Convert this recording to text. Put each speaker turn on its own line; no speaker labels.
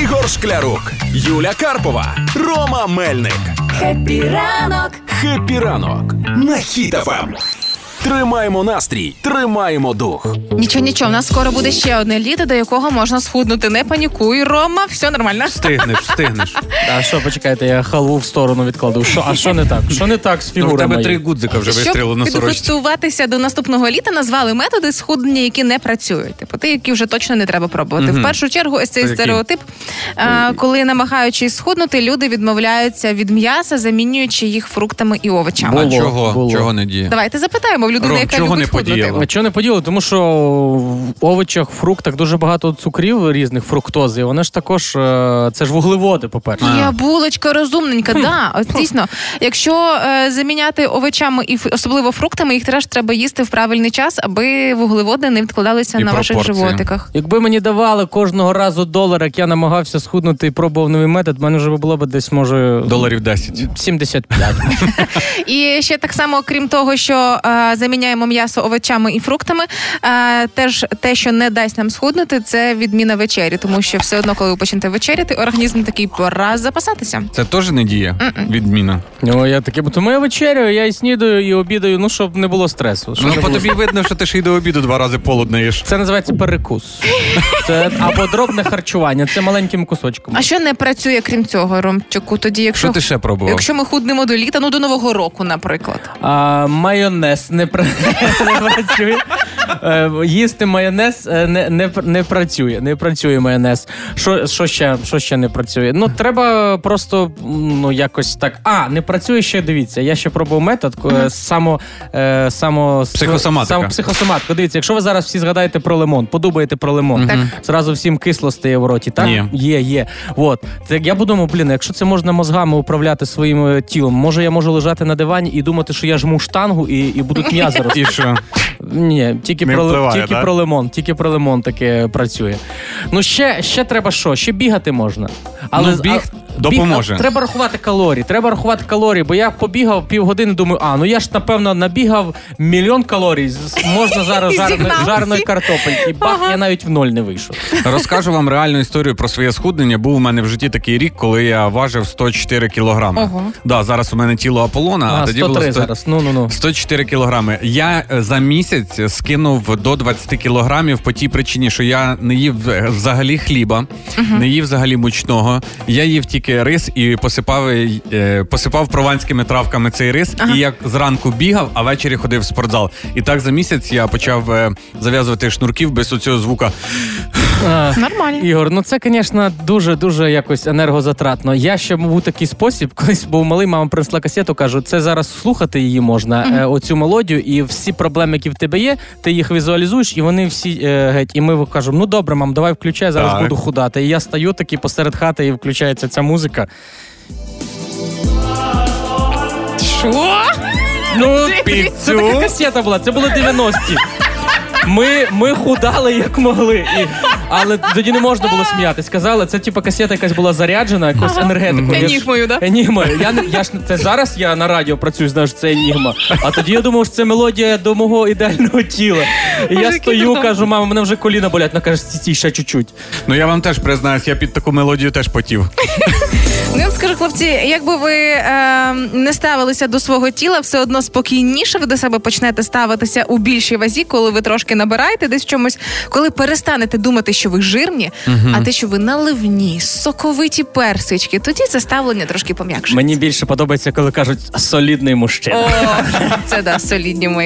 Ігор Шклярук, Юля Карпова, Рома Мельник.
Хеппі ранок!
Хеппі ранок на хітафам. Тримаємо настрій, тримаємо дух.
Нічого, нічого, в нас скоро буде ще одне літо, до якого можна схуднути. Не панікуй, Рома, все нормально.
Встигнеш, встигнеш.
А що, почекайте, я халву в сторону відкладу. Що, а що не так? Що не так з
Ну, в
фігурами?
тебе три
моєю?
гудзика вже вистрілили
Щоб
на сорочці.
підготуватися до наступного літа, назвали методи схуднення, які не працюють. Типу, ті, які вже точно не треба пробувати. В першу чергу, ось цей
Це які?
стереотип, а, коли намагаючись схуднути, люди відмовляються від м'яса, замінюючи їх фруктами і овочами.
Бо-
А
Було,
чого?
було.
Чого не діє?
Давайте запитаємо в людини,
Ром,
яка
чого
любить
не
худнути.
подіяло?
А чого не поділи? Тому що в овочах, фруктах дуже багато цукрів різних, фруктози. і Вони ж також е, це ж вуглеводи, по-перше.
Я булочка розумненька, да. От дійсно, якщо е, заміняти овочами і ф- особливо фруктами, їх теж треба їсти в правильний час, аби вуглеводи не відкладалися
І
на ваших
пропорції.
животиках.
Якби мені давали кожного разу долар, як я намагався схуднути і пробував новий метод, в мене вже було б десь може
Доларів 10.
75.
І ще так само, крім того, що е, заміняємо м'ясо овочами і фруктами, е, теж те, що не дасть нам схуднути, це відміна вечері, тому що все одно, коли ви почнете вечеряти, організм такий пора запасатися.
Це теж не діє? Відміна.
Ну я таке, бо тому я вечерю, я і снідаю, і обідаю, ну щоб не було стресу. щоб
Ну,
не
по
було
тобі видно, що ти ще й до обіду два рази полудне їш.
Це називається перекус. Це або дробне харчування, це маленьким кусочком.
А що не працює крім цього, Ромчику? Тоді, якщо
Що ти ще пробував?
якщо ми худнемо до літа, ну до нового року, наприклад.
А, майонез не, пра... не працює. Е, Їсти майонез е, не, не, пр- не працює. Не працює майонез. Що, що, ще, що ще не працює? Ну, треба просто м, ну, якось так. А, не працює ще. Дивіться, я ще пробував метод е, само, е, само
Психосоматика.
Само психосоматика. Дивіться, якщо ви зараз всі згадаєте про лимон, подумаєте про лимон,
Так.
зразу всім кисло стає в роті. Так
Є.
є, є. От так я подумав, блін, якщо це можна мозгами управляти своїм е, тілом, може я можу лежати на дивані і думати, що я жму штангу і, і будуть м'язи рости.
І що?
Ні, тільки
Не
про
впливає,
тільки
да?
про лимон, тільки про лимон таке працює. Ну ще, ще треба що? Ще бігати можна.
Ну, біг допоможе.
а треба рахувати калорії. Треба рахувати калорії, бо я побігав півгодини, думаю, а ну я ж напевно набігав мільйон калорій. з- Можна зараз
І
жарно,
зігнав
жарної
всі.
картопельки. І бах, я навіть в ноль не вийшов.
Розкажу вам реальну історію про своє схуднення. Був у мене в житті такий рік, коли я важив 104 кілограми.
Ого.
Да, зараз у мене тіло Аполлона, а,
А,
тоді
103
було 100...
зараз. Ну ну ну.
104 кілограми. Я е, за місяць скинув до 20 кілограмів по тій причині, що я не їв е, взагалі хліба, не їв взагалі мучного. Я їв тільки рис і посипав е, посипав прованськими травками цей рис. І я зранку бігав, а ввечері ходив в спортзал. І так за місяць я почав е, зав'язувати шнурків без оцього звука.
А,
Нормально.
Ігор, ну це, звісно, дуже-дуже якось енергозатратно. Я ще був такий спосіб, колись був малий, мама принесла касету, кажу, це зараз слухати її можна, е, оцю мелодію, і всі проблеми, які в тебе є, ти їх візуалізуєш, і вони всі е, геть. І ми кажемо, ну добре, мам, давай включай, зараз
Так.
буду худати. І я стою такий посеред хати, і включається ця музика.
Що?
Ну,
під
це така касета була, це було 90-ті. Ми, ми худали як могли. І, але тоді не можна було сміятись. Казали, це типу касета якась була заряджена, якось енергетикою. Я ж-
Енігмою, да?
Енігмою. Я, не- я ж не- це зараз я на радіо працюю, знаю, що це енігма. А тоді я думав, що це мелодія до мого ідеального тіла. І я
Мужики,
стою,
додому.
кажу, мама, мене вже коліна болять. Вона каже, стій, ще чуть-чуть.
Ну я вам теж признаюсь, я під таку мелодію теж потів.
Ну, я вам скажу, хлопці, якби ви е, не ставилися до свого тіла, все одно спокійніше ви до себе почнете ставитися у більшій вазі, коли ви трошки набираєте десь в чомусь, коли перестанете думати, що ви жирні, а те, що ви наливні, соковиті персички, тоді це ставлення трошки пом'якше.
Мені більше подобається, коли кажуть солідний мужчина.
О, це да, солідні мої